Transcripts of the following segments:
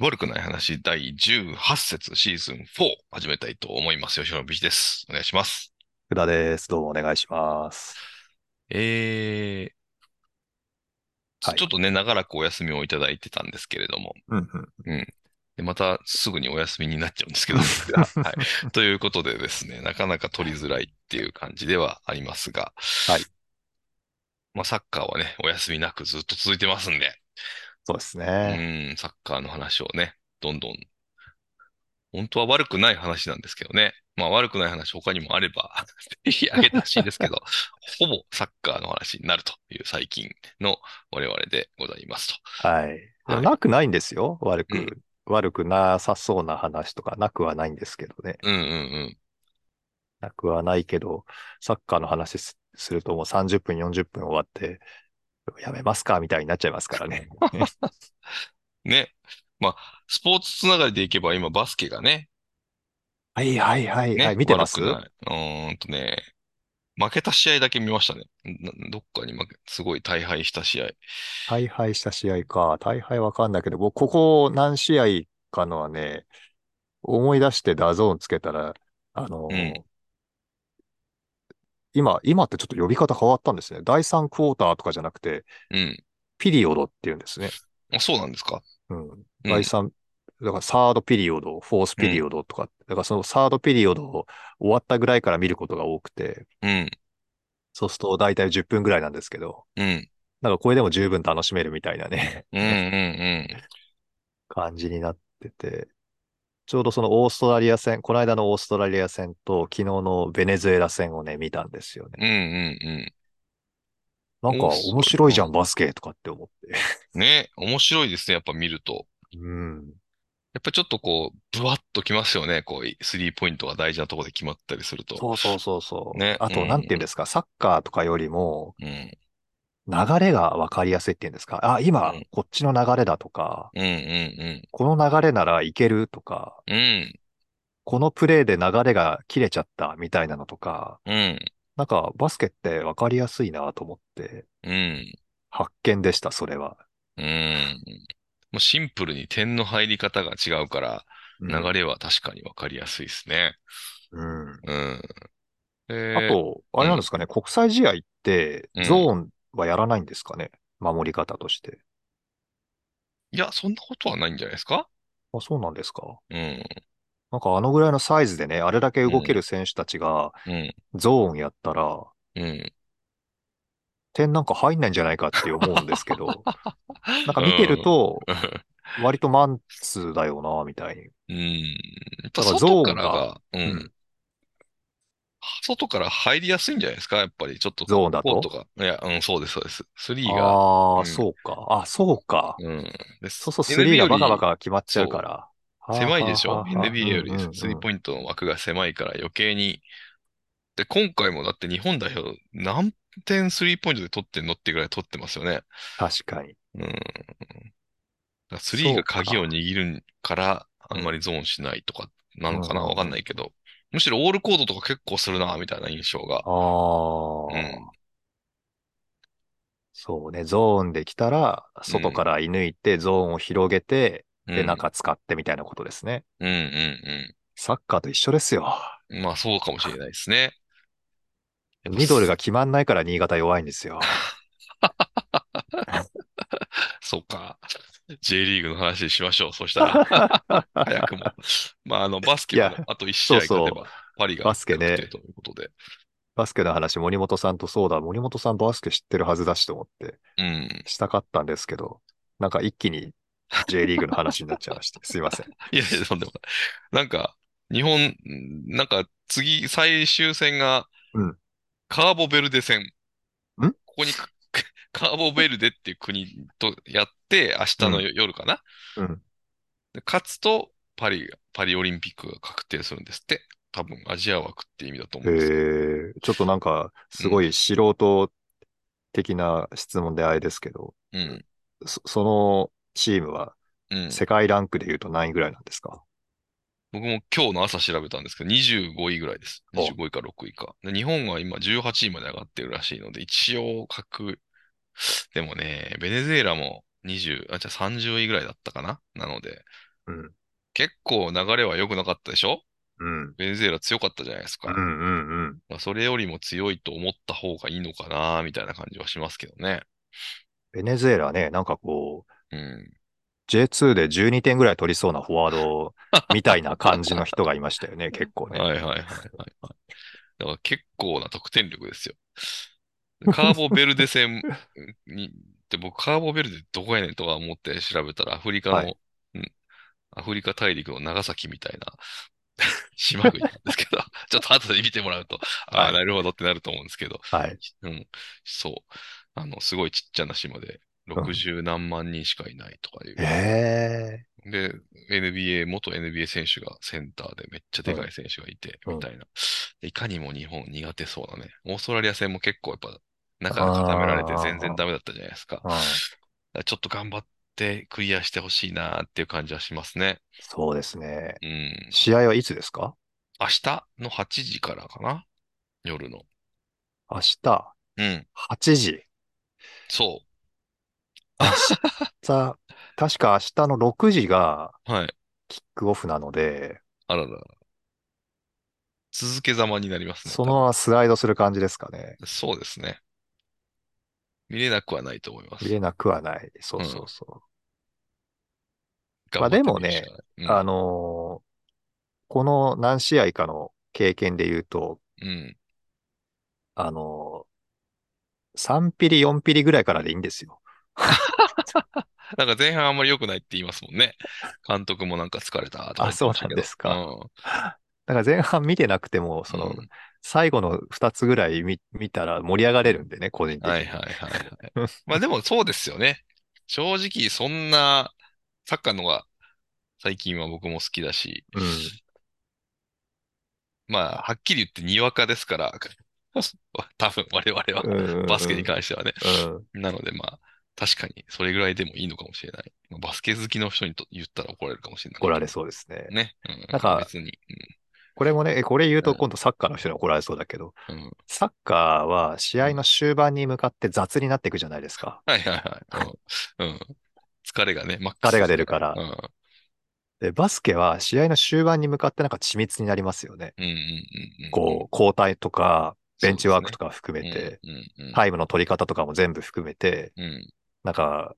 悪くない話第18節シーズン4始めたいと思います。吉野美です。お願いします。福田です。どうもお願いします。えーはいちょっとね、長らくお休みをいただいてたんですけれども、うんうん。 でまたすぐにお休みになっちゃうんですけど、はい。ということでですね、なかなか取りづらいっていう感じではありますが、はい。まあ、サッカーはね、お休みなくずっと続いてますんで、そうですうね。ん、サッカーの話をね、どんどん。本当は悪くない話なんですけどね。まあ悪くない話他にもあれ ば、ぜひあげてほしいですけど、ほぼサッカーの話になるという最近の我々でございますと。はい。はいなくないんですよ。悪く、うん悪くなさそうな話とか、なくはないんですけどね。うんうんなくはないけど、サッカーの話すするともう30分、40分終わって、やめますかみたいになっちゃいますからね。うん。ね。まあ、スポーツつながりでいけば今バスケがね、はいはいはい、ねはい。見てます悪くない。うーんとね、負けた試合だけ見ましたね。などっかに負け、すごい大敗した試合。大敗した試合か。大敗わかんないけど、僕、ここ何試合かのはね、思い出してダゾーンつけたら、あの、うん今、今ってちょっと呼び方変わったんですね。第3クォーターとかじゃなくて、うん。ピリオドっていうんですね。あ、そうなんですか。うん。うん第3、だからサードピリオド、フォースピリオドとか、だからそのサードピリオドを終わったぐらいから見ることが多くて、うん。そうすると大体10分ぐらいなんですけど、うん。なんかこれでも十分楽しめるみたいなね。うんうんうん。感じになってて、ちょうどそのオーストラリア戦、この間のオーストラリア戦と昨日のベネズエラ戦をね、見たんですようね。んうんなんかオーストラリア面白いじゃん、バスケとかって思って。うん。ね、面白いですね、やっぱ見ると。うん。やっぱちょっとこう、ブワッときますよね、こう、スリーポイントが大事なところで決まったりすると。そうそうそうそう。ねあと、うんなんて言うんですか、サッカーとかよりもうん、流れが分かりやすいっていうんですか。あ、今うん、こっちの流れだとか、うん、うん、この流れならいけるとか、うん。うん、このプレーで流れが切れちゃったみたいなのとか、うん、なんかバスケって分かりやすいなと思って、うん、発見でした、それは。うん。もうシンプルに点の入り方が違うから、うん流れは確かにわかりやすいですね。うん。うん。えあー、と、あれなんですかね、国際試合ってうんゾーンはやらないんですかね、守り方として。いや、そんなことはないんじゃないですかあ、そうなんですか。うん、なんかあのぐらいのサイズでね、あれだけ動ける選手たちがうん、ゾーンやったら、うん。点なんか入んないんじゃないかって思うんですけど、なんか見てると、割とマンツーだよな、みたいに。うん、うん。やっぱだか外らゾーンからがが、う。うん外から入りやすいんじゃないですかやっぱりちょっとゾーンだコーとト。が。いや、うん、そうです、そうです。スリーが、ああ、うんそうか。あ、そうか。うん。でそうそう、ス NBA リーよがりバカバカ決まっちゃうから。狭いでしょはあはあはあ ?NBA よりうんうんうんスリーポイントの枠が狭いから余計に。で、今回もだって日本代表何点スリーポイントで取ってんのってぐらい取ってますよね。確かに。うん。だからスリーが鍵を握るから、あんまりゾーンしないとかなのかなうんわかんないけど。むしろオールコートとか結構するな、みたいな印象が。ああ、うんそうね、ゾーンできたら、外から射抜いて、ゾーンを広げて、で、うん中使ってみたいなことですね。うんうんうん。サッカーと一緒ですよ。まあそうかもしれないですね。やっぱミドルが決まんないから新潟弱いんですよ。そうか。J リーグの話しましょう。そしたら、 早くも。まああの、バスケいもやあと1試合勝そてうそば、パリがバスケね確定ということで。バスケの話、森本さんとそうだ、森本さんバスケ知ってるはずだしと思って、うん。したかったんですけど、なんか一気に J リーグの話になっちゃい ました。すいません。いやいや、とんでもない。なんか、日本、なんか次、最終戦がうん、カーボベルデ戦。んここにか、カーボベルデっていう国とやって、明日の夜かな。うん。で勝つと、パリが、パリオリンピックが確定するんですって。多分、アジア枠って意味だと思えうんですけどー、ちょっとなんか、すごい素人的な質問であれですけど、うん。そそのチームはうん。世界ランクで言うと何位ぐらいなんですか、僕も今日の朝調べたんですけど、25位ぐらいです。お25位か6位か。で、日本は今18位まで上がってるらしいので、一応格、でもね、ベネズエラも20、あ、じゃあ30位ぐらいだったかななので、うん。結構流れは良くなかったでしょうん。ベネズエラ強かったじゃないですか。うんうんうん。まあ、それよりも強いと思った方がいいのかな、みたいな感じはしますけどね。ベネズエラね、なんかこうう、ん。 J2 で12点ぐらい取りそうなフォワードみたいな感じの人がいましたよ ね、結構ね。はいはいはいはいはい。だから結構な得点力ですよ。カーボベルデ戦に、で僕カーボベルデどこやねんとか思って調べたらアフリカの、はいうんアフリカ大陸の長崎みたいな 島国なんですけど、ちょっと後で見てもらうと、あはあ、いなるほどってなると思うんですけど、はい。うん、そう。あの、すごいちっちゃな島で、60何万人しかいないとかいう。えで、NBA、元 NBA 選手がセンターでめっちゃでかい選手がいて、うんみたいな。でいかにも日本苦手そうなね。オーストラリア戦も結構やっぱ中が固められてあー全然ダメだったじゃないですか。だえかうん。らちょっと頑張ってクリアしてほしいなーっていう感じはしますね。そうですね。うん。試合はいつですか明日の8時からかな夜の。明日、うん。 8時。そさあ、確か明日の6時がう。はい。キックオフなので、あららら。続けざまになりますね。そのままスライドする感じですかね。多分そうですね。見れなくはないと思います見。れなくはない。そうそうそう。頑ま張あってでも見るしねかない、うんあのーこの何試合かの経験で言うと、うん。あのー、3ピリ、4ピリぐらいからでいいんですよ。なんか前半あんまり良くないって言いますもんね。 監督もなんか疲れたとか言ってましたけどあそうなんですかだから前半見てなくても、その、うん最後の2つぐらい見見たら盛り上がれるんでね、個人う的ん。に。はいはいはい はい。まあでもそうですよね。正直そんなサッカーのが最近は僕も好きだし、うん。まあはっきり言ってにわかですから、 多分我々はうんバスケに関してはね。うん。なのでまあ確かにそれぐらいでもいいのかもしれない。まあバスケ好きの人にと言ったら怒られるかもしれない。怒られそうですね。ね。うん、なんか別に。これもね、えこれ言ううとん今度サッカーの人に怒られそうだけど、うんうんサッカーは試合の終盤に向かって雑になっていくじゃないですか。はいはいはい。うんうん。疲れがね、マックス疲れが出るからう。ん。で、バスケは試合の終盤に向かってなんか緻密になりますよね。うんうんうんうん。こう、交代とか、ベンチワークとかか含めて、うんうんうん、タイムの取り方とかも全部含めて、うん。なんか、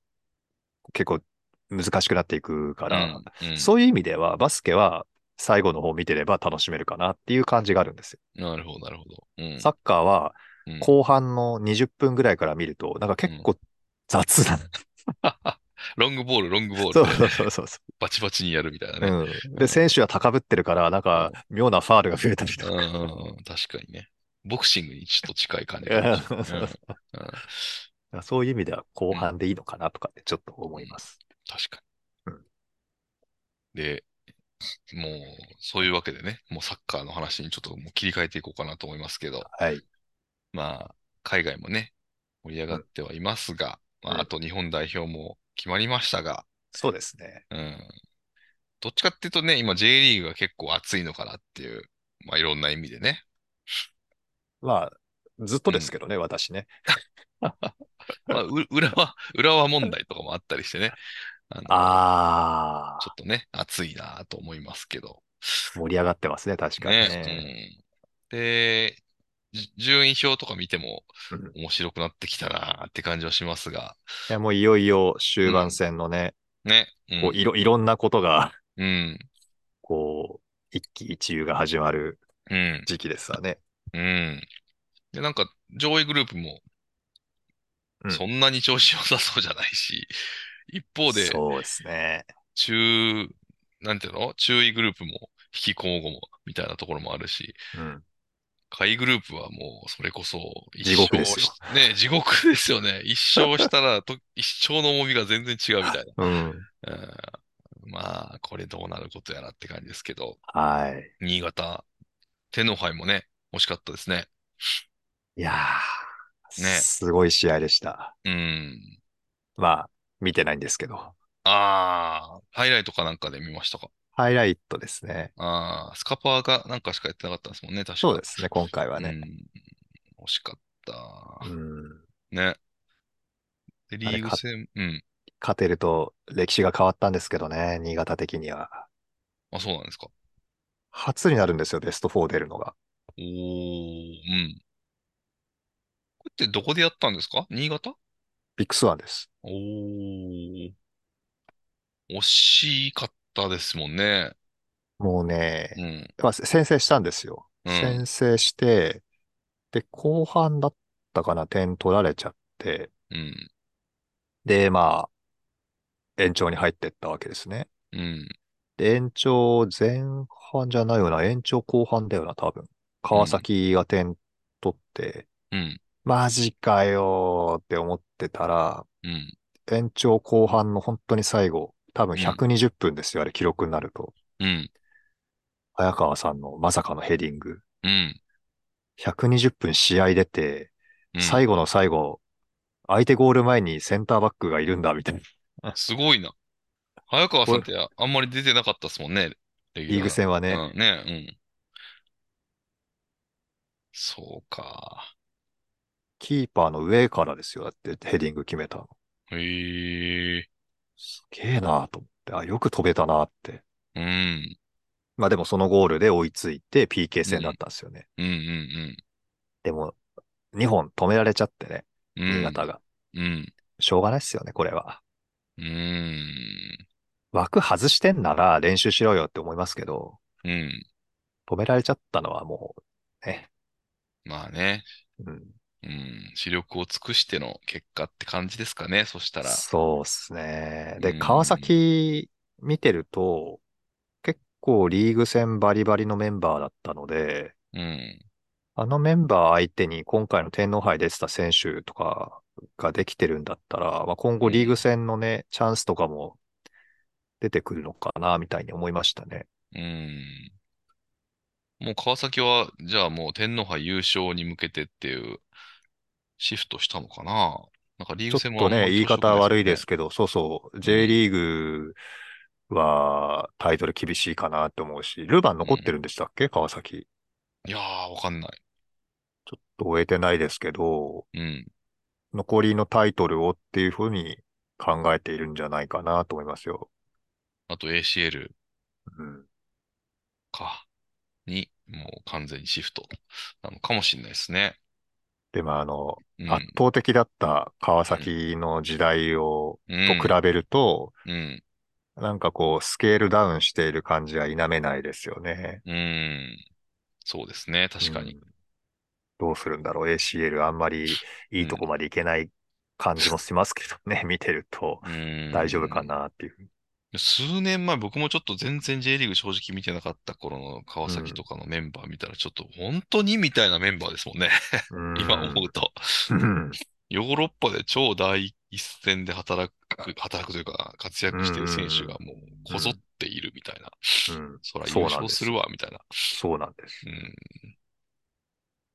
結構難しくなっていくから、うんうんそういう意味では、バスケは最後の方を見てれば楽しめるかなっていう感じがあるんですよ。なるほど、なるほど。うん、サッカーはうん後半の20分ぐらいから見ると、なんか結構雑な、ロングボール、ロングボーそルでうそうそうそうそバチバチにやるみたいなう、ね。うん。で、選手は高ぶってるから、なんか妙なファールが増えたりうとんか。うんうん、確かにね。ボクシングにちょっと近い感じ、そうそうそううんうんそういう意味では後半でいいのかなとかってちょっと思います。確かうにん。で、もう、そういうわけでね、もうサッカーの話にちょっともう切り替えていこうかなと思いますけど、はい。まあ、海外もね、盛り上がってはいますが、まうんあ、あと日本代表も決まりましたが、そうですね。うん。どっちかっていうとね、今 J リーグが結構熱いのかなっていう、まあいろんな意味でね。まあ、ずっとですけどね、私ね。まあ、う 浦和、浦和問題とかもあったりしてね。あの、あちょっとね、熱いなと思いますけど。あ、盛り上がってますね、確かにね。ね、うん。で、じ順位表とか見てもうん面白くなってきたなって感じはしますが、いや、もういよいよ終盤戦のね、ね。う。こうんいろ、いろんなことが、うん。こう、一喜一憂が始まるうん。時期ですわね。うん。で、なんか上位グループもうんそんなに調子良さそうじゃないし、 一方で、そうですね。中、なんていうの中位グループも引きこもごもみたいなところもあるし、うん。下位グループはもうそれこそ一地獄勝ですよしね、地獄ですよね。一勝したら と、一勝の重みが全然違うみたいうん。な。うんまあ、これどうなることやらって感じですけど、はい。新潟、天皇杯もね、惜しかったですね。いやー、ねすごい試合でした。うん。まあ、見てないんですけど。ああ、ハイライトかなんかで見ましたか。ハイライトですね。ああ、スカパーがなんかしかやってなかったんですもんね、確か。そうですね、今回はね。うん。惜しかっうた。ん。ね。で、リあれーグか戦、うん。勝てると歴史が変わったんですけどね、新潟的には。あ、そうなんですか。初になるんですよ、ベスト4出るのが。おー、うん。これってどこでやったんですか新潟ビッグスワンです。おー。惜しかったですもんね。もうね、うん。まあ、せ先制したんですよ。うん先制して、で、後半だったかな、点取られちゃって、うん。で、まあ、延長に入ってったわけですね。うん。で、延長前半じゃないよな、延長後半だよな、多分。川崎が点取って、うん。マジかよーって思ってたら、うん。延長後半の本当に最後、多分うん120分ですよ、あれ記録になると。うん。早川さんのまさかのヘディング。うん。 120分試合出て、うん最後の最後、相手ゴール前にセンターバックがいるんだ、みたいな。すごいな。早川さんってあんまり出てなかったですもんね。レギュリーラグ戦はね。うん、ね、うん。そうか。キーパーの上からですよ、だってヘディング決めたの。へえ。すげえなと思って、あ、よく飛べたなって。うん。まあでもそのゴールで追いついて PK 戦だったんですよね。うんうんでも、2本止められちゃってね、うん。新潟が。うん。しょうがないっすよね、これは。うん。うん。枠外してんなら練習しろよって思いますけど、うん。止められちゃったのはもう、ね。まあね。ううん、ん。視力を尽くしての結果って感じですかね。そしたら。そうっすね。うで、ん川崎見てると、結構リーグ戦バリバリのメンバーだったので、うん。あのメンバー相手に今回の天皇杯出てた選手とかができてるんだったら、まあ、今後リーグ戦のね、チャンスとかも出てくるのかな、みたいに思いましたね。うん。もう川崎は、じゃあもう天皇杯優勝に向けてっていうシフトしたのかな。なんかリーグちょっ戦もとあんまね、言りい方調悪い子良くないですもんねですけど、そうそう、J リーグはタイトル厳しいかなと思うし、ルヴァン残ってるんでしたっけ、川崎。いやー、わかんない。ちょっと終えてないですけど、うん。残りのタイトルをっていうふうに考えているんじゃないかなと思いますよ。あと ACL うん、か。に、もう完全にシフトなのかもしれないですね。でも、あの、うん。圧倒的だった川崎の時代を、と比べると、うん。うん。なんかこう、スケールダウンしている感じは否めないですよね。うん。そうですね。確かにう。んどうするんだろう、ACL あんまりいいとこまでいけない感じもしますけどね、見てるとうん。大丈夫か。なっていう。数年前、僕もちょっと全然 J リーグ正直見てなかった頃の川崎とかのメンバー見たら、ちょっと本当にみたいなメンバーですもんね。う ん今思うと。うんヨーロッパで超第一線で働く、働くというか、活躍してる選手がもうこぞっているみたいな。うんそら優そうなん勝ですするわ、みたいな。そうなんです。うん。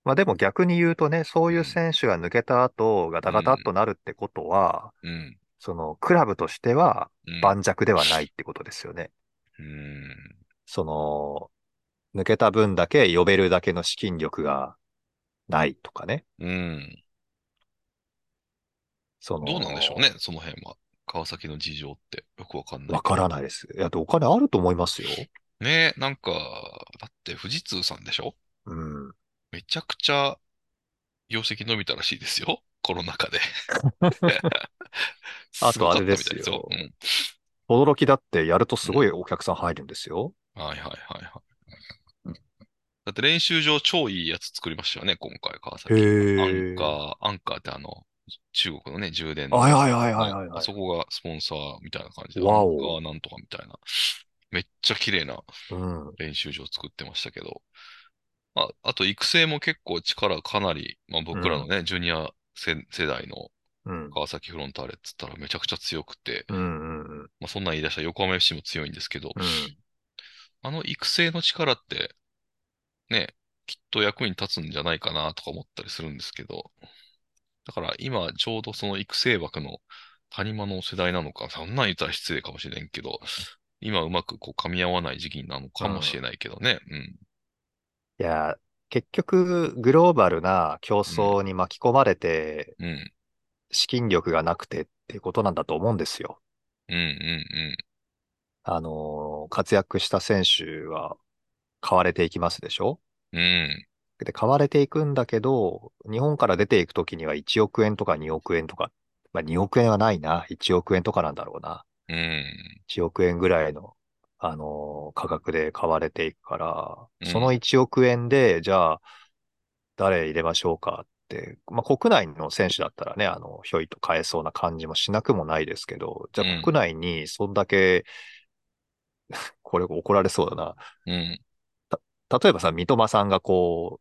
まあでも逆に言うとね、そういう選手が抜けた後、ガタガタっとなるってことは、うん。そのクラブとしてはうん盤石ではないってことですよね。うん。その、抜けた分だけ呼べるだけの資金力がないとかね。うん。その、どうなんでしょうね、その辺は。川崎の事情ってよくわかんないわからないです。いや、お金あると思いますよ。ねえ、なんか、だって富士通さんでしょうん。めちゃくちゃ業績伸びたらしいですよ。 コロナ禍で。 あとすごかったあれですよみたいようん驚きだってやるとすごいお客さん入るんですよ。はいはいはいはい。だって練習場超いいやつ作りましたよね、今回、川崎。アンへえ。カー、アンカーってあの、中国のね、充電の。はいはいはいはいはいあはい。そこがスポンサーみたいな感じで、わアンカおーなんとかみたいな。めっちゃ綺麗なうん。練習場作ってましたけど。あ、あと育成も結構力かなり、まあ僕らのね、ジュニア世世代のうん。川崎フロンターレっつったらめちゃくちゃ強くて、うんうんうん。まあそんなん言い出したら横浜 FC も強いんですけど、うんあの育成の力って、ね、きっと役に立つんじゃないかなとか思ったりするんですけど、だから今ちょうどその育成枠の谷間の世代なのか、そんなん言ったら失礼かもしれんけど、今うまくこう噛み合わない時期なのかもしれないけどね。うん。いや、結局、グローバルな競争に巻き込まれて、うん。資金力がなくてっっていうことなんだと思うんですよ。うんうんあのー活躍した選手は買われていきますでしょうん。うん。で、買われていくんだけど、日本から出ていくときには1億円とか2億円とか、まあ2億円はないな、1億円とかなんだろうな。うん。 1億円ぐらいの、あのー価格で買われていくかうんら、その1億円で、じゃあ、誰入れましょうかって、まあ、国内の選手だったらね、あの、ひょいと買えそうな感じもしなくもないですけど、じゃうんあ国内にそんだけ、 これ怒られそうだな。うん。例えばさ、三笘さんがこう、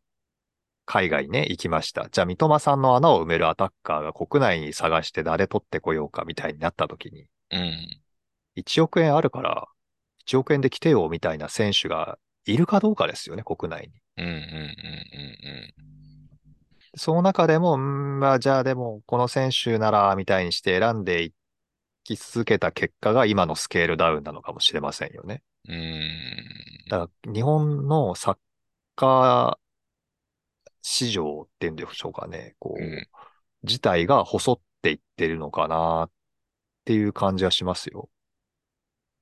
海外ね、行きました。じゃあ、三笘さんの穴を埋めるアタッカーが国内に探して誰取ってこようかみたいになった時に、うん。 1億円あるから、1億円で来てよみたいな選手がいるかどうかですよね、国内に。うん。うん。うん。うん。その中でも、うーんまあ、じゃあでも、この選手なら、みたいにして選んでいき続けた結果が今のスケールダウンなのかもしれませんよね。うん。うん。だから、日本のサッカー市場っていうんでしょうかね、こう、うん自体が細っていってるのかなっていう感じはしますよ。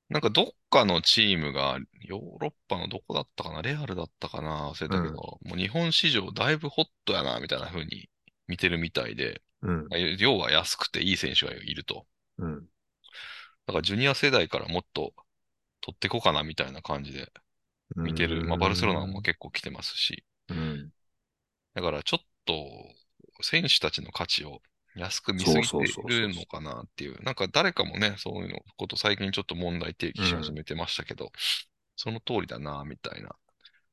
なんかどっかのチームが、ヨーロッパのどこだったかな、レアルだったかな、忘れたけど、うんもう日本市場だいぶホットやな、みたいな風に見てるみたいで、うん、要は安くていい選手がいると。うん。だからジュニア世代からもっと取ってこかな、みたいな感じで見てる。まあ、バルセロナも結構来てますし。うんだからちょっと選手たちの価値を安く見すぎてそうそうそうそうるのかなっていう。なんか誰かもね、そういうのこと最近ちょっと問題提起し始めてましたけど、その通りだな、みたいな。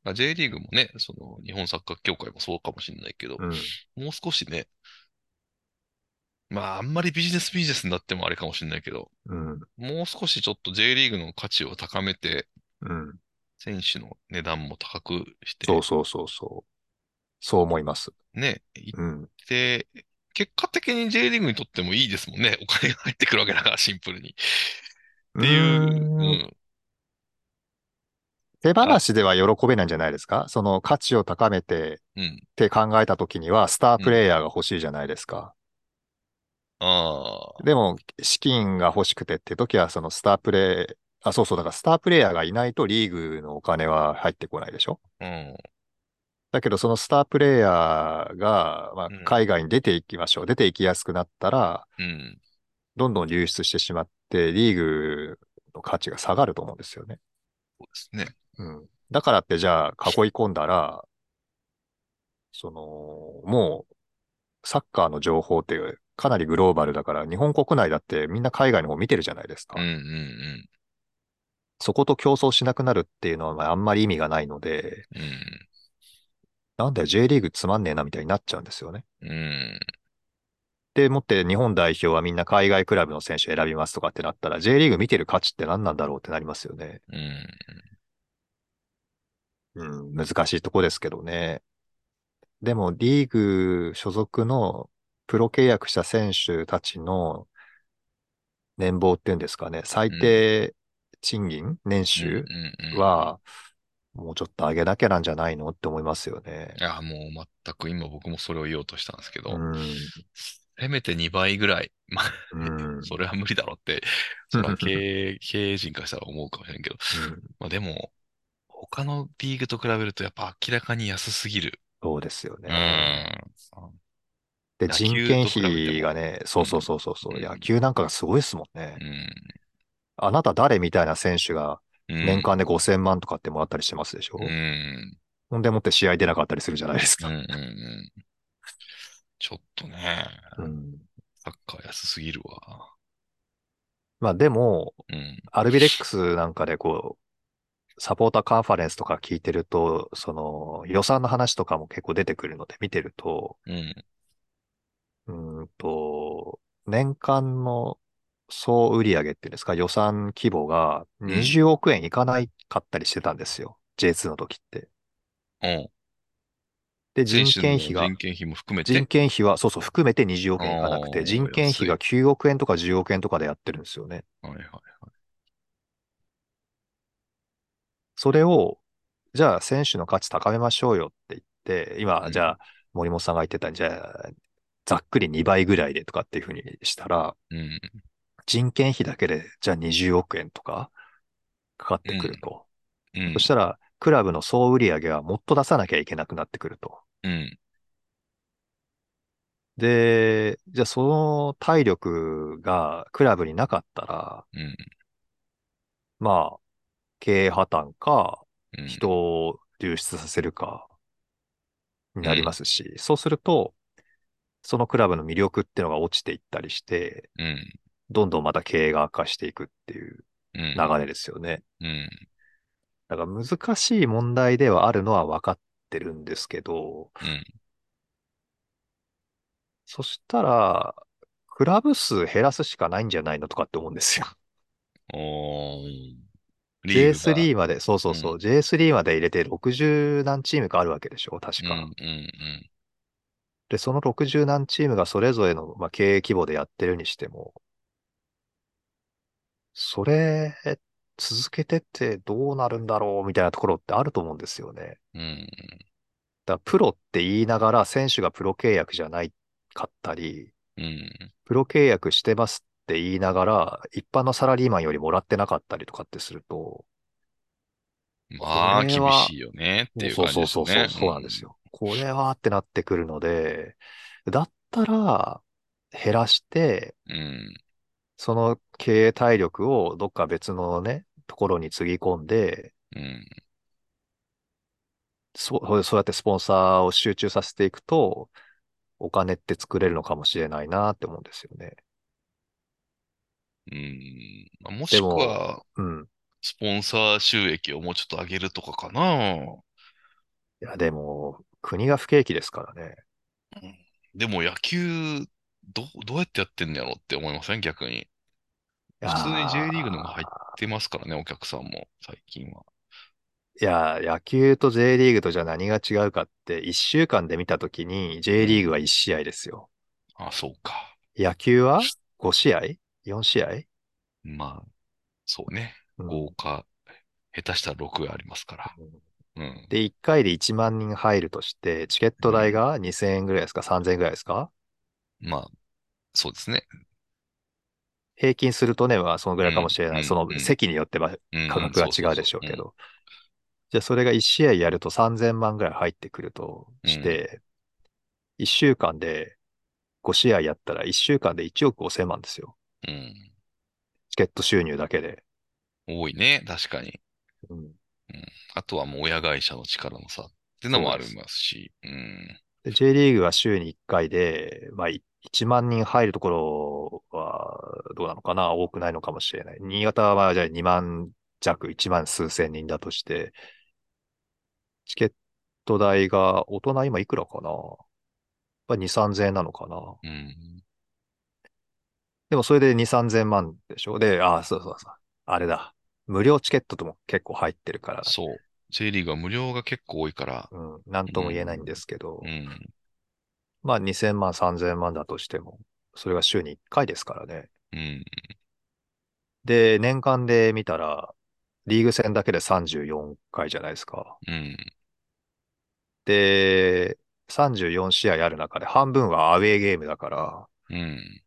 まあ J リーグもね、その日本サッカー協会もそうかもしれないけど、うん。もう少しね、まああんまりビジネスビジネスになってもあれかもしれないけど、うん。もう少しちょっと J リーグの価値を高めて、うん。選手の値段も高くして、そうそうそうそう。そう思います。ね、いうん。で、結果的に J リーグにとってもいいですもんね。お 金が入ってくるわけだから、シンプルに。っていう、ううーんん。手放しでは喜べないんじゃないですかその価値を高めてうん。って考えたときには、スタープレイヤーが欲しいじゃないですか。ああ、でも、資金が欲しくてって時は、そのスタープレイ、あ、そうそう、だからスタープレイヤーがいないとリーグのお金は入ってこないでしょうん。だけど、そのスタープレイヤーが、まあうん、海外に出ていきましょう。出ていきやすくなったら、うん。どんどん流出してしまって、リーグの価値が下がると思うんですよね。そうですね。うん。だからってじゃあ囲い込んだら、その、もう、サッカーの情報ってかなりグローバルだから、日本国内だってみんな海外の方見てるじゃないですか。うんうんそこと競争しなくなるっていうのはまああんまり意味がないので、うん。うん。なんだよ J リーグつまんねえなみたいになっちゃうんですよね。うん。でもって日本代表はみんな海外クラブの選手選びますとかってなったら、J リーグ見てる価値って何なんだろうってなりますよね。うん。うん、難しいとこですけどね。でも、リーグ所属のプロ契約した選手たちの年俸っていうんですかね、最低賃金、年収うんうん。は、もうちょっと上げなきゃなんじゃないのって思いますよねい。や、もう全く今僕もそれを言おうとしたんですけど、うん、せめて2倍ぐらい、 まあ、うん、それは無理だろうって、それは経営、経営陣からしたら思うかもしれんけど、うんまあでも、他のリーグと比べるとやっぱ明らかに安すぎる。そうですようね。ん。で、野人球件と比べても費がね、そうそうそうそうそう、うん野球なんかがすごいですもんね。うあなた誰みたいな選手がん。年間で5000万とかってもらったりしてますでしょうん。うん。ほんでもって試合出なかったりするじゃないですうん。うか。んうん。ちょっとね、うんサッカー安すぎるわ。まあでも、うん。アルビレックスなんかでこう、サポーターカンファレンスとか聞いてると、その予算の話とかも結構出てくるので見てると、うん。うーんと、年間の総売上っていうんですか、予算規模が20億円いかないかったりしてたんですよ。J2 の時って。うん。で、人件選費手がの人、件費も含めて。人件費は、そうそう、含めて20億円いかなくあーて、人件費が9億円とか10億円とかでやってるんですよね。はいはい。それを、じゃあ選手の価値高めましょうよって言って、今う、んじゃあ森本さんが言ってた、じゃあざっくり2倍ぐらいでとかっていうふうにしたら、うん。人件費だけで、じゃあ20億円とかかかってくると。うんそ。したら、クラブの総売上げはもっと出さなきゃいけなくなってくると。うん。で、じゃあその体力がクラブになかったら、うん。まあ、経営破綻か、うん。人を流出させるか、になりますし、そうすると、そのクラブの魅力っていうのが落ちていったりして、うん。どんどんまた経営が悪化していくっていううん。流れですよね。うん。だから難しい問題ではあるのは分かってるんですけど、うんそしたら、クラブ数減らすしかないんじゃないのとかって思うんですよ。おー。リーグが J3 まで、そうそうそう、う J3 まで入れて60何チームかあるわけでしょ、確うん。か。うん。で、その60何チームがそれぞれの、まあ、経営規模でやってるにしても、それ、続けてってどうなるんだろうみたいなところってあると思うんですよね。うん。うん。だからプロって言いながら選手がプロ契約じゃないかったり、うん。プロ契約してますって言いながら、一般のサラリーマンよりもらってなかったりとかってすると、まあ、これ厳はしいよねっていうそう感じそうですそうよそう、ね。そうなんですよ。これはってなってくるので、だったら、減らして、うん。その経営体力をどっか別のね、ところにつぎ込んで、うん。そう、そうやってスポンサーを集中させていくと、お金って作れるのかもしれないなって思うんですよね。うん。まあもしくでは、うん。スポンサー収益をもうちょっと上げるとかかな。いや、でも、国が不景気ですからね。でも野球、どう、どうやってやってんのやろって思いません逆に。いや普通に J リーグのが入ってますからね、お客さんも、最近は。いや、野球と J リーグとじゃあ何が違うかって、1週間で見たときに J リーグは1試合ですよ。あ、そうか。野球は5試合 ?4 試合まあ、そうね。うん豪華、下手したら6ありますから。うん。で、1回で1万人入るとして、チケット代が2000円ぐらいですか ?3000 円ぐらいですかまあ、そうですね。平均するとね、まあ、そのぐらいかもしれなうんい。そのうん席によってはうん、価格が違うでしょうけそど。じゃあ、それが1試合やると3000万ぐらい入ってくるとして、1週間で5試合やったら1週間で1億5000万ですよ。うそうそううん。チケット収入だけで。うん多いね、確かに。うんあとはもう親会社の力の差っていうのもありますし。うん。で J リーグは週に1回で、まあ、い1万人入るところはどうなのかな多くないのかもしれない。新潟はじゃあ2万弱、1万数千人だとして、チケット代が大人今いくらかなやっぱ ?2、3000円なのかなうん。でもそれで2、3000万でしょで、あそうそうそう。あれだ。無料チケットとも結構入ってるから、そう。J リーグは無料が結構多いから。うん、なんとも言えないんですけど、うん。まあ2000万、3000万だとしても、それが週に1回ですからね。うん。で、年間で見たら、リーグ戦だけで34回じゃないですか。うん。で、34試合ある中で半分はアウェーゲームだから、うん。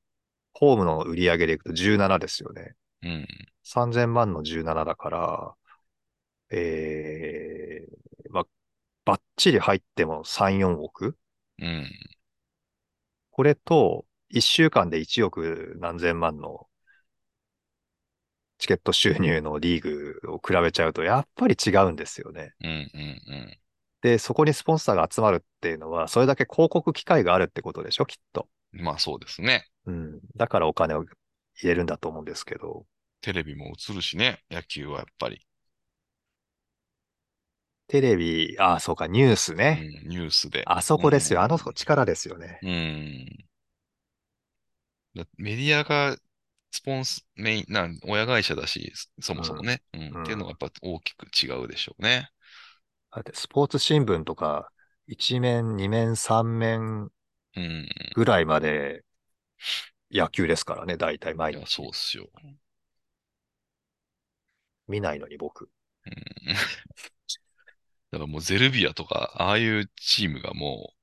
ホームの売り上げでいくと17ですよね。うん。 3000万の17だから、えー、まあ、ばっちり入っても3、4億うん。これと、1週間で1億何千万のチケット収入のリーグを比べちゃうと、やっぱり違うんですよね。うん。うん。で、そこにスポンサーが集まるっていうのは、それだけ広告機会があるってことでしょ、きっと。うん。まあそうですね。うん。だからお金を入れるんだと思うんですけど。テレビも映るしね、野球はやっぱり。テレビ、ああ、そうか、ニュースうね。ん、ニュースで。あそこですよ。うんあの力ですよね。うん。だメディアが、スポンス、メイン、なん、親会社だし、そもそもね。うん。うんっていうのがやっぱ大きく違うでしょうね。だってスポーツ新聞とか、1面、2面、3面うん。ぐらいまで野球ですからね、大体毎いや、日。そうっすよ。見ないのに僕。うん。だからもうゼルビアとか、ああいうチームがも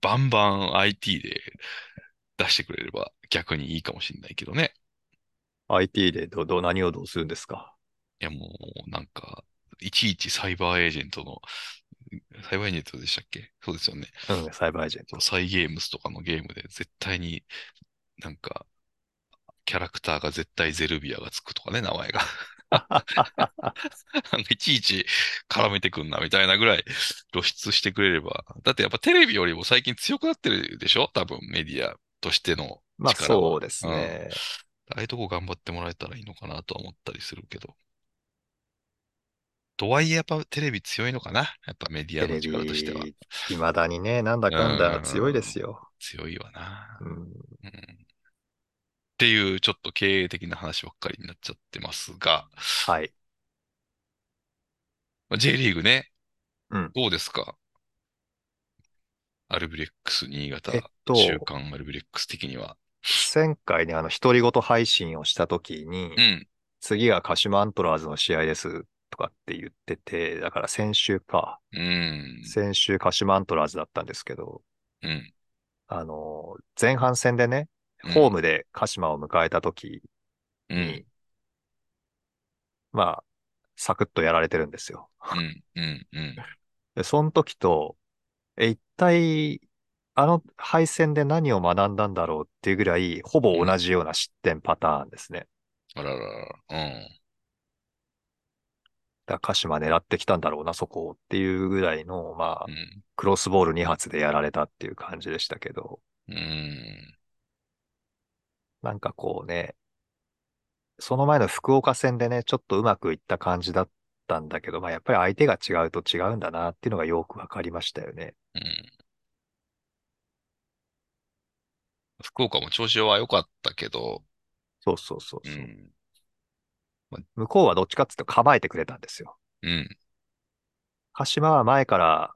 バンバン IT で出してくれれば逆にいいかもしれないけどね。 IT でど、ど、何をどうするんですかいや、もう、なんか、いちいちサイバーエージェントの、サイバーエージェントでしたっけそうですよね。うん、サイバーエージェント。そうサイゲームスとかのゲームで絶対になんか、キャラクターが絶対ゼルビアがつくとかね、名前が。なんかいちいち絡めてくんなみたいなぐらい露出してくれれば。だってやっぱテレビよりも最近強くなってるでしょ多分メディアとしてのまあ、力はそうですね。ああいうとこ頑張ってもらえたらいいのかなとは思ったりするけど。とはいえやっぱテレビ強いのかなやっぱメディアテのレ力としては。ビ、いまだにね、なんだかんだ強いですよ。強いわな。うん、うんっていう、ちょっと経営的な話ばっかりになっちゃってますが、はい。まあ J リーグね、うんどうですかアルビレックス新潟、えっと、週刊アルビレックス的には。前回ね、あの、独り言配信をした時に、うん。次が鹿島アントラーズの試合ですとかって言ってて、だから先週か。うん。先週鹿島アントラーズだったんですけど、うん。あの、前半戦でね、うんホームで鹿島を迎えた時うに、ん。まあ、サクッとやられてるんですよ。うん。うん。うん。で、その時と、え、一体、あの敗戦で何を学んだんだろうっていうぐらい、ほぼ同じような失点パターンですね。あらららら。うん。だから鹿島狙ってきたんだろうな、そこをっていうぐらいの、まあう、ん。クロスボール2発でやられたっていう感じでしたけど、うん。なんかこうね、その前の福岡戦でね、ちょっとうまくいった感じだったんだけど、まあやっぱり相手が違うと違うんだなっていうのがよくわかりましたよね。うん福岡も調子は良かったけど、そうそうそううそう。ん。向こうはどっちかっていうと構えてくれたんですよ。うん。鹿島は前から、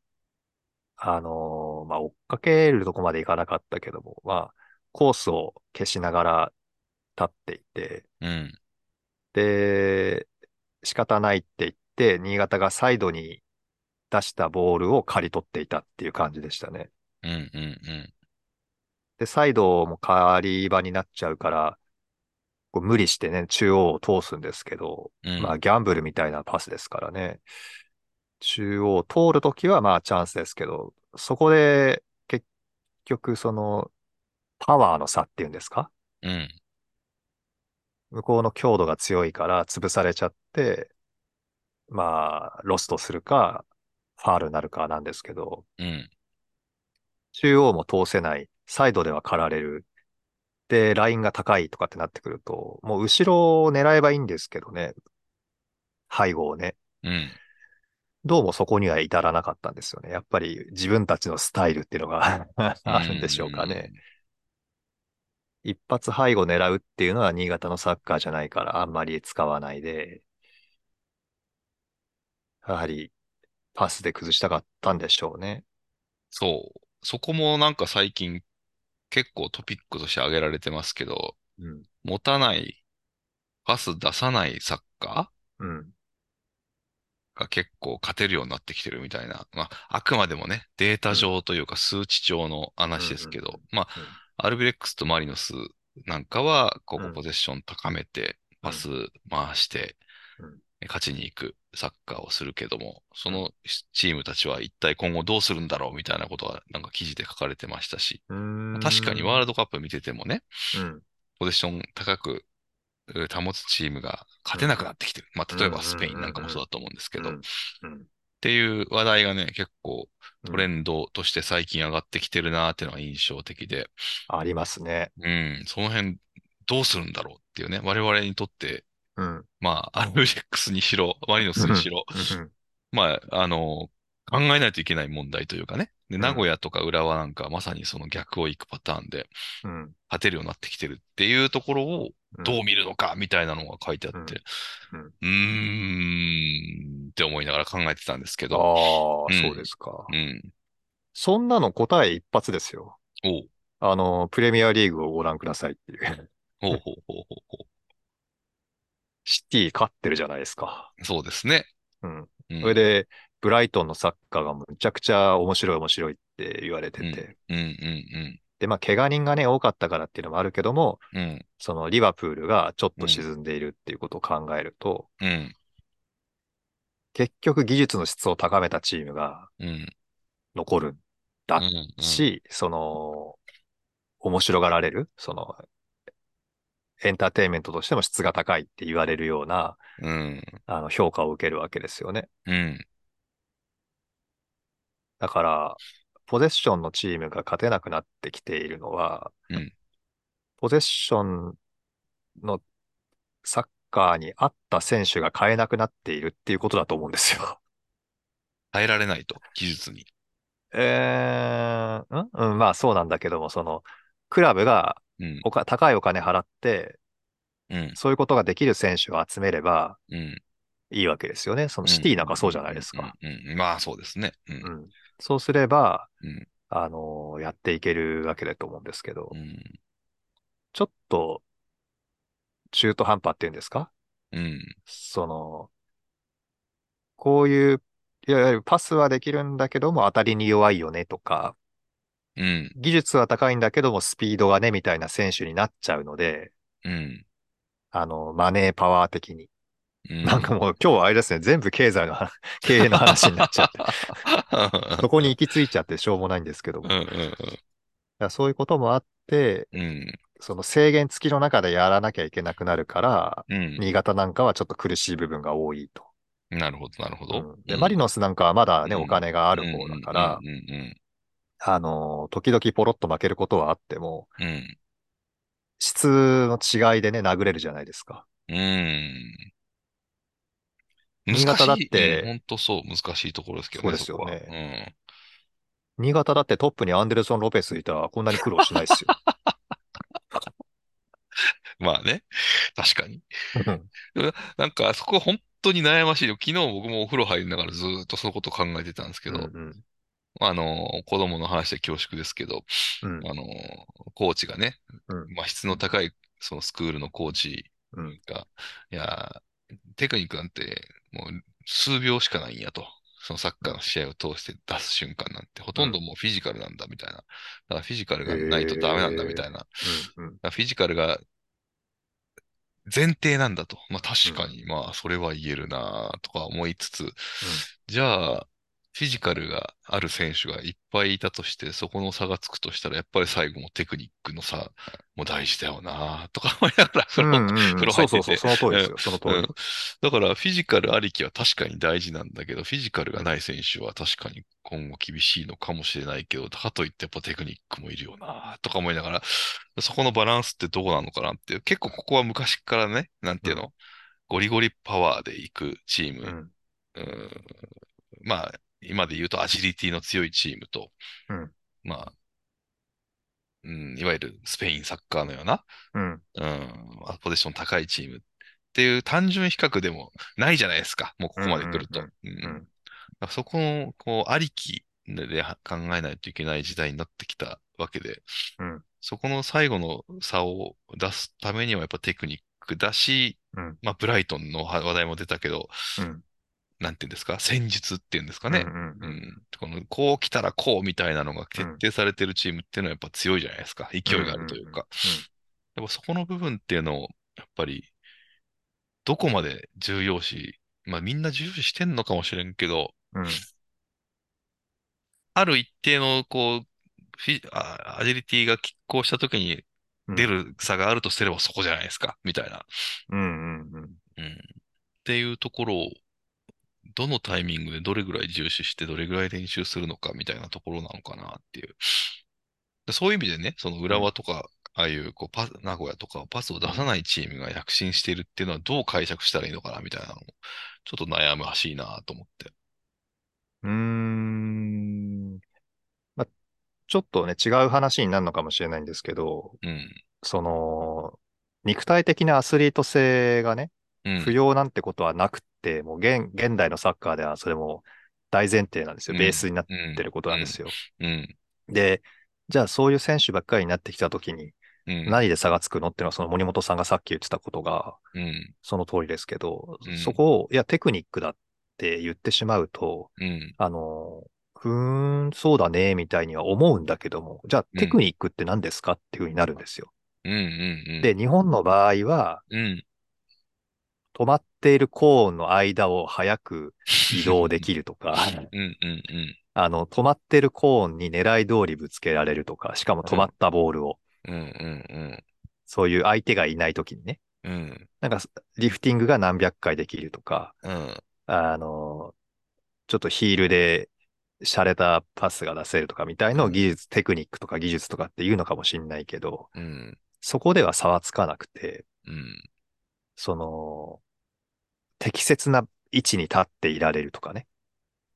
あのーまあ、追っかけるとこまでいかなかったけども、まあ、コースを消しながら立っていて、うん。で、仕方ないって言って、新潟がサイドに出したボールを刈り取っていたっていう感じでしたね。うん。うん。で、サイドも刈り場になっちゃうから、こう無理してね、中央を通すんですけど、うん。まあ、ギャンブルみたいなパスですからね。中央を通るときは、まあ、チャンスですけど、そこで、結局、その、パワーの差っていうんですかうん。向こうの強度が強いから、潰されちゃって、まあ、ロストするか、ファールになるかなんですけど、うん。中央も通せない、サイドでは狩られる、で、ラインが高いとかってなってくると、もう後ろを狙えばいいんですけどね、背後をね。うん。どうもそこには至らなかったんですよね。やっぱり自分たちのスタイルっていうのが あるんでしょうかね。一発背後狙うっていうのは新潟のサッカーじゃないからあんまり使わないで、やはりパスで崩したかったんでしょうね。そう。そこもなんか最近結構トピックとして挙げられてますけど、うん。持たない、パス出さないサッカうん。ーが結構勝てるようになってきてるみたいな。まあ、あくまでもね、データ上というか数値上の話ですけうんうんど、まあ、アルビレックスとマリノスなんかは、こうこんポゼッション高めて、パス回してうん、勝ちに行くサッカーをするけども、そのチームたちは一体今後どうするんだろうみたいなことはなんか記事で書かれてましたし、うーん確かにワールドカップ見ててもね、うん。ポゼッション高くえー保つチームが勝てなくなってきてる。まあ、例えばスペインなんかもそうだと思うんですけど、うっんうんていう話題がね、結構うんトレンドとして最近上がってきてるなーっていうのは印象的で、ありますね。うん、その辺どうするんだろうっていうね、我々にとって、うん。うんまあ、アルビレックスにしろ、マリノスにしろ、まあ、あの、考えないといけない問題というかね、でん名古屋とか浦和なんかはまさにその逆を行くパターンで、うん。勝てるようになってきてるっていうところをうんどう見るのかみたいなのが書いてあって、ううんーんって思いながら考えてたんですけああど、、うんそうですかう。ん。そんなの答え一発ですよ。おう、あの、プレミアリーグをご覧くださいっていう。 ほうほうほうほうほシティ勝ってるじゃないですか。う。そうですね。うん。うんそれで、ブライトンのサッカーがむちゃくちゃ面白い面白いってって言われてて、うんうんで、まあ、怪我人がね、多かったからっていうのもあるけども、うん。うんそのリバプールがちょっと沈んでいるっていうことを考えると、うん結局技術の質を高めたチームがうんうん残るうあん。し、その、面白がられる、その、エンターテインメントとしても質が高いって言われるような、うんあの、評価を受けるわけですよね。うんだから、ポゼッションのチームが勝てなくなってきているのは、うんポゼッションのサッカーに合った選手が買えなくなっているっていうことだと思うんですよ。 耐えられないと、技術に。えー、んうん、まあそうなんだけども、その、クラブがうんおか高いお金払って、うんそういうことができる選手を集めればうん。いいわけですよね。そのシティなんかそうじゃないですか。うん。うんうんまあそうですね。うんうん。そうすれば、うんあのやっていけるわけだと思うんですけどう、んちょっと、中途半端っていうんですかうんその、こういう、いわゆるパスはできるんだけども当たりに弱いよねとか、うん技術は高いんだけどもスピードがねみたいな選手になっちゃうので、うんあの、マネーパワー的に。うん。なんかもう今日はあれですね、全部経 済の話、経営の話になっちゃって、そこに行き着いちゃってしょうもないんですけども、うだかんうんらそういうこともあって、うんその制限付きの中でやらなきゃいけなくなるから、うん新潟なんかはちょっと苦しい部分が多いと。うん。なるほど、なるほうどん。で、マリノスなんかはまだね、うんお金があある方だからう、んうんあのー、時々ポロッと負けることはあっても、うんうん。質の違いでね、殴れるじゃないですか。うん。難し新い。潟だって本当そう、難しいところですけどね、そそうこですよは。ねうん。新潟だってトップにアンデルソン・ロペスいたらこんなに苦労しないですまあね、確かに。 よ。なんか、そこは本当に悩ましいよ。昨日僕もお風呂入りながらずーっとそのこと考えてたんですけど、うんうんあの、子供の話で恐縮ですけど、うんあの、コーチがね、うんまあ質の高いそのスクールのコーチうんが、いや、テクニックなんてもう数秒しかないんやと。そのサッカーの試合を通して出す瞬間なんて、ほとんどもうフィジカルなんだみたいな。だからフィジカルがないとダメなんだみたいな。うんうんだからフィジカルが前提なんだと。まあ確かに、まあそれは言えるなとか思いつつ、じゃあ、フィジカルがある選手がいっぱいいたとして、そこの差がつくとしたら、やっぱり最後もテクニックの差も大事だよなとか思いながら、そのうんうん風呂そ入うっそてて。うそう、その通りですよ、その通うりん。だから、フィジカルありきは確かに大事なんだけど、フィジカルがない選手は確かに今後厳しいのかもしれないけど、かといってやっぱテクニックもいるよなとか思いながら、そこのバランスってどうなのかなっていう、結構ここは昔からね、なんていうの、ゴリゴリパワーでいくチームうーう、んんまあ、今で言うとアジリティの強いチームと、うんまあ、うん、いわゆるスペインサッカーのような、うんうん、まあポジション高いチームっていう単純比較でもないじゃないですか、もうここまで来ると。うんうんうんだからそこの、こう、ありきででは考えないといけない時代になってきたわけで、うんそこの最後の差を出すためにはやっぱテクニックだし、うんまあ、ブライトンの話題も出たけど、うんなんていうんですか、戦術っていうんですかね。うんうんううんん、このこう来たらこうみたいなのが決定されてるチームっていうのはやっぱ強いじゃないですか。勢いがあるというか。やっぱそこの部分っていうのを、やっぱり、どこまで重要視、まあみんな重要視してんのかもしれんけど、うんうんある一定のこう、フィあアジリティが拮抗した時に出る差があるとすればそこじゃないですか、みたいな。うんうんうんうん。っていうところを、どのタイミングでどれぐらい重視して、どれぐらい練習するのかみたいなところなのかなっていう。でそういう意味でね、その浦和とか、ああいうこうパス、名古屋とかパスを出さないチームが躍進しているっていうのはどう解釈したらいいのかなみたいなのも、ちょっと悩ましいなと思って。うーん。まあ、ちょっとね、違う話になるのかもしれないんですけど、うん。その、肉体的なアスリート性がね、うん。不要なんてことはなくって、もう現、現代のサッカーではそれも大前提なんですうよ。んベースになっうんてることなんですよ。うん。で、じゃあそういう選手ばっかりになってきたときに、うん。何で差がつくのっていうのは、その森本さんがさっき言ってたことが、うん。その通りですけどうん、そこを、いや、テクニックだって言ってしまうと、うん。あの、ふーん、そうだね、みたいには思うんだけども、じゃあテクニックって何ですかっていうふうになるんですよ。うんうんうん。で、日本の場合は、うん。止まっているコーンの間を早く移動できるとか、うんうんうん。あの、止まってるコーンに狙い通りぶつけられるとか、しかも止まったボールを、うんうんそういう相手がいない時にね、うん。うんなんかリフティングが何百回できるとか、うん。あの、ちょっとヒールで洒落たパスが出せるとかみたいのを技術、テクニックとか技術とかっていうのかもしんないけど、うんそこでは差はつかなくて、うん。その、適切な位置に立っていられるとかね。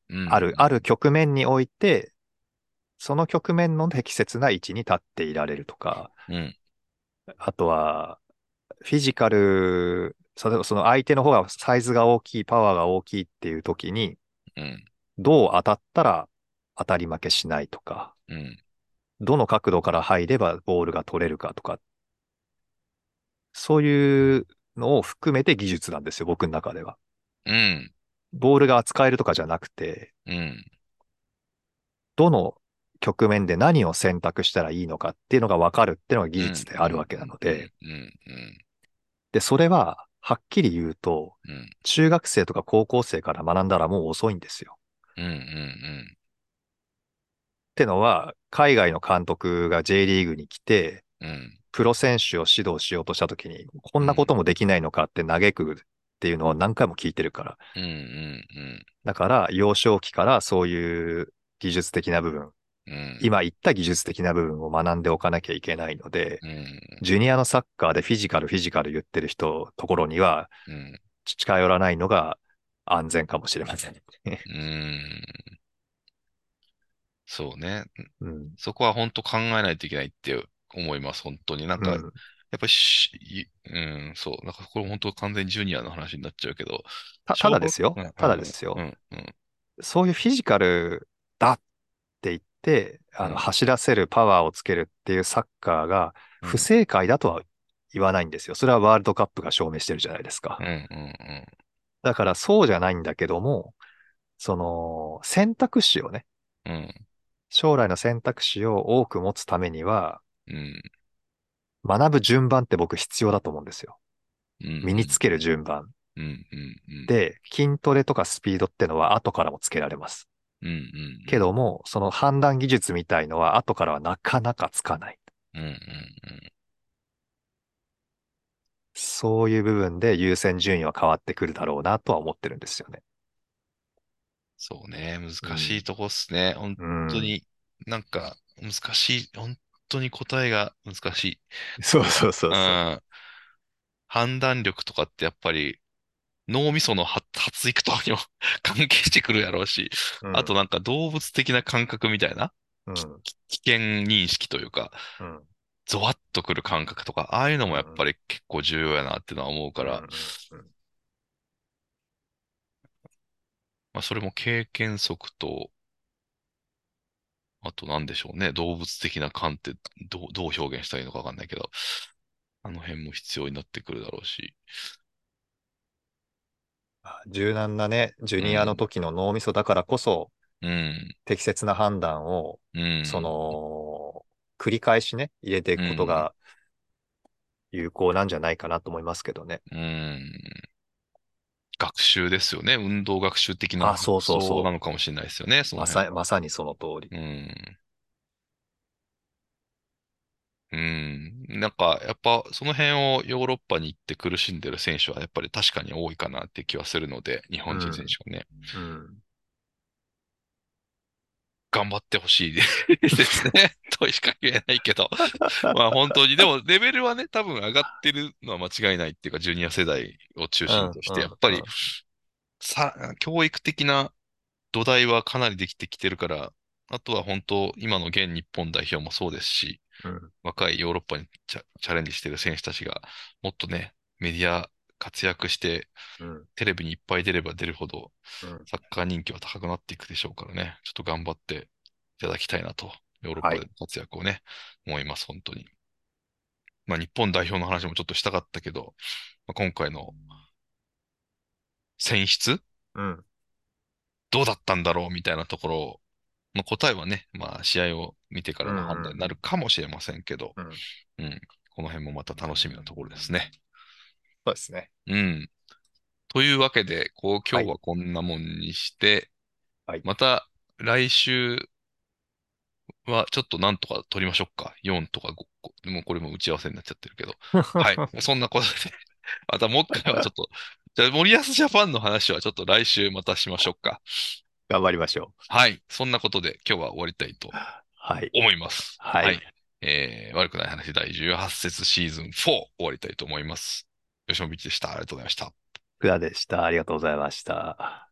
うん。ある、ある局面において、その局面の適切な位置に立っていられるとか、うん。あとは、フィジカル、例えばその相手の方がサイズが大きい、パワーが大きいっていう時に、うん。どう当たったら当たり負けしないとか、うん。どの角度から入ればボールが取れるかとか、そういうのを含めて技術なんですよ、僕の中では。うん。ボールが扱えるとかじゃなくて、うん。どの局面で何を選択したらいいのかっていうのが分かるっていうのが技術であるわけなので、うんうんで、それははっきり言うと、うん中学生とか高校生から学んだらもう遅いんですよ。うんうんってのは、海外の監督が J リーグに来て、うんうんプロ選手を指導しようとしたときに、こんなこともできないのかって嘆くっていうのを何回も聞いてるから。うんうんだから、幼少期からそういう技術的な部分、うん今言った技術的な部分を学んでおかなきゃいけないので、うんジュニアのサッカーでフィジカル、フィジカル言ってる人、ところにはうん近寄らないのが安全かもしれません。うんそうね。うん。そこは本当考えないといけないって思います。本当に。なんか、うやんっぱし、いうん、そう。なんかこれ本当完全にジュニアの話になっちゃうけど。たただですようん。ただですよう。んうんそういうフィジカルだって言って、あうんの、走らせるパワーをつけるっていうサッカーがうん不正解だとは言わないんですよ。それはワールドカップが証明してるじゃないですかうん。うんだからそうじゃないんだけども、その、選択肢をね、うんうん将来の選択肢を多く持つためには、うん学ぶ順番って僕必要だと思うんですよ。うん身につける順番。うんうんうんで、筋トレとかスピードってのは後からもつけられます。うんうんけども、その判断技術みたいのは後からはなかなかつかない。うんうんそういう部分で優先順位は変わってくるだろうなとは思ってるんですよね。そうね、難しいとこっすね。本本当。に、なんか、難しい。本当に答えが難しい。 そうそうそううそう。ん。判断力とかってやっぱり、脳みその発、発育とかにも 関係してくるやろうし、あとなんか動物的な感覚みたいな、うん、危険認識というか、うん、うん。ゾワッとくる感覚とか、ああいうのもやっぱり結構重要やなってのは思うから、うん、まあ、それも経験則と、あと何でしょうね。動物的な感ってどう、どう表現したらいいのかわかんないけど、あの辺も必要になってくるだろうし。柔軟なね、ジュニアの時の脳みそだからこそ、うん、適切な判断を、うん、そ、の、繰り返しね、入れていくことが有効なんじゃないかなと思いますけどね。うん、学習ですよね。運動学習的なあそうそうそう発想なのかもしれないですよね。そのまさまさにその通り。辺うん。うん。なんか、やっぱ、その辺をヨーロッパに行って苦しんでる選手は、やっぱり確かに多いかなって気はするので、日本人選手はね。うん、頑張ってほしいですね。 としか言えないけ ど。まあ本当に、でもレベルはね、多分上がってるのは間違いないっていうか、ジュニア世代を中心としうんて、やっぱうりんさ、教育的な土台はかなりできてきてるから、あとは本当、今の現日本代表もそうですし、うん若いヨーロッパにチャ、チャレンジしてる選手たちが、もっとね、メディア活躍して、うん、テレビにいっぱい出れば出るほど、うんサッカー人気は高くなっていくでしょうからね、ちょっと頑張っていただきたいなと、ヨーロッパでの活躍をね、思います、本当に。まあ、日本代表の話もちょっとしたかったけど、まあ、今回の選出うん、どうだったんだろうみたいなところをまあ、答えはね、まあ、試合を見てからの判断になるかもしれませんけど、うん、この辺もまた楽しみなところですね。そうですね。うん。というわけで、こう、今日はこんなもんにして、はいまた来週はちょっとなんとか取りましょうか。4とか5個。もうこれも打ち合わせになっちゃってるけど。はい。そんなことで。 またもう一回はちょっと、じゃあ森保ジャパンの話はちょっと来週またしましょうか。 頑張りましょう。はい。そんなことで今日は終わりたいとはい。思います。はいえー悪くない話第18節シーズン4終わりたいと思います。吉本ビーチでした。ありがとうございました。福田でした。ありがとうございました。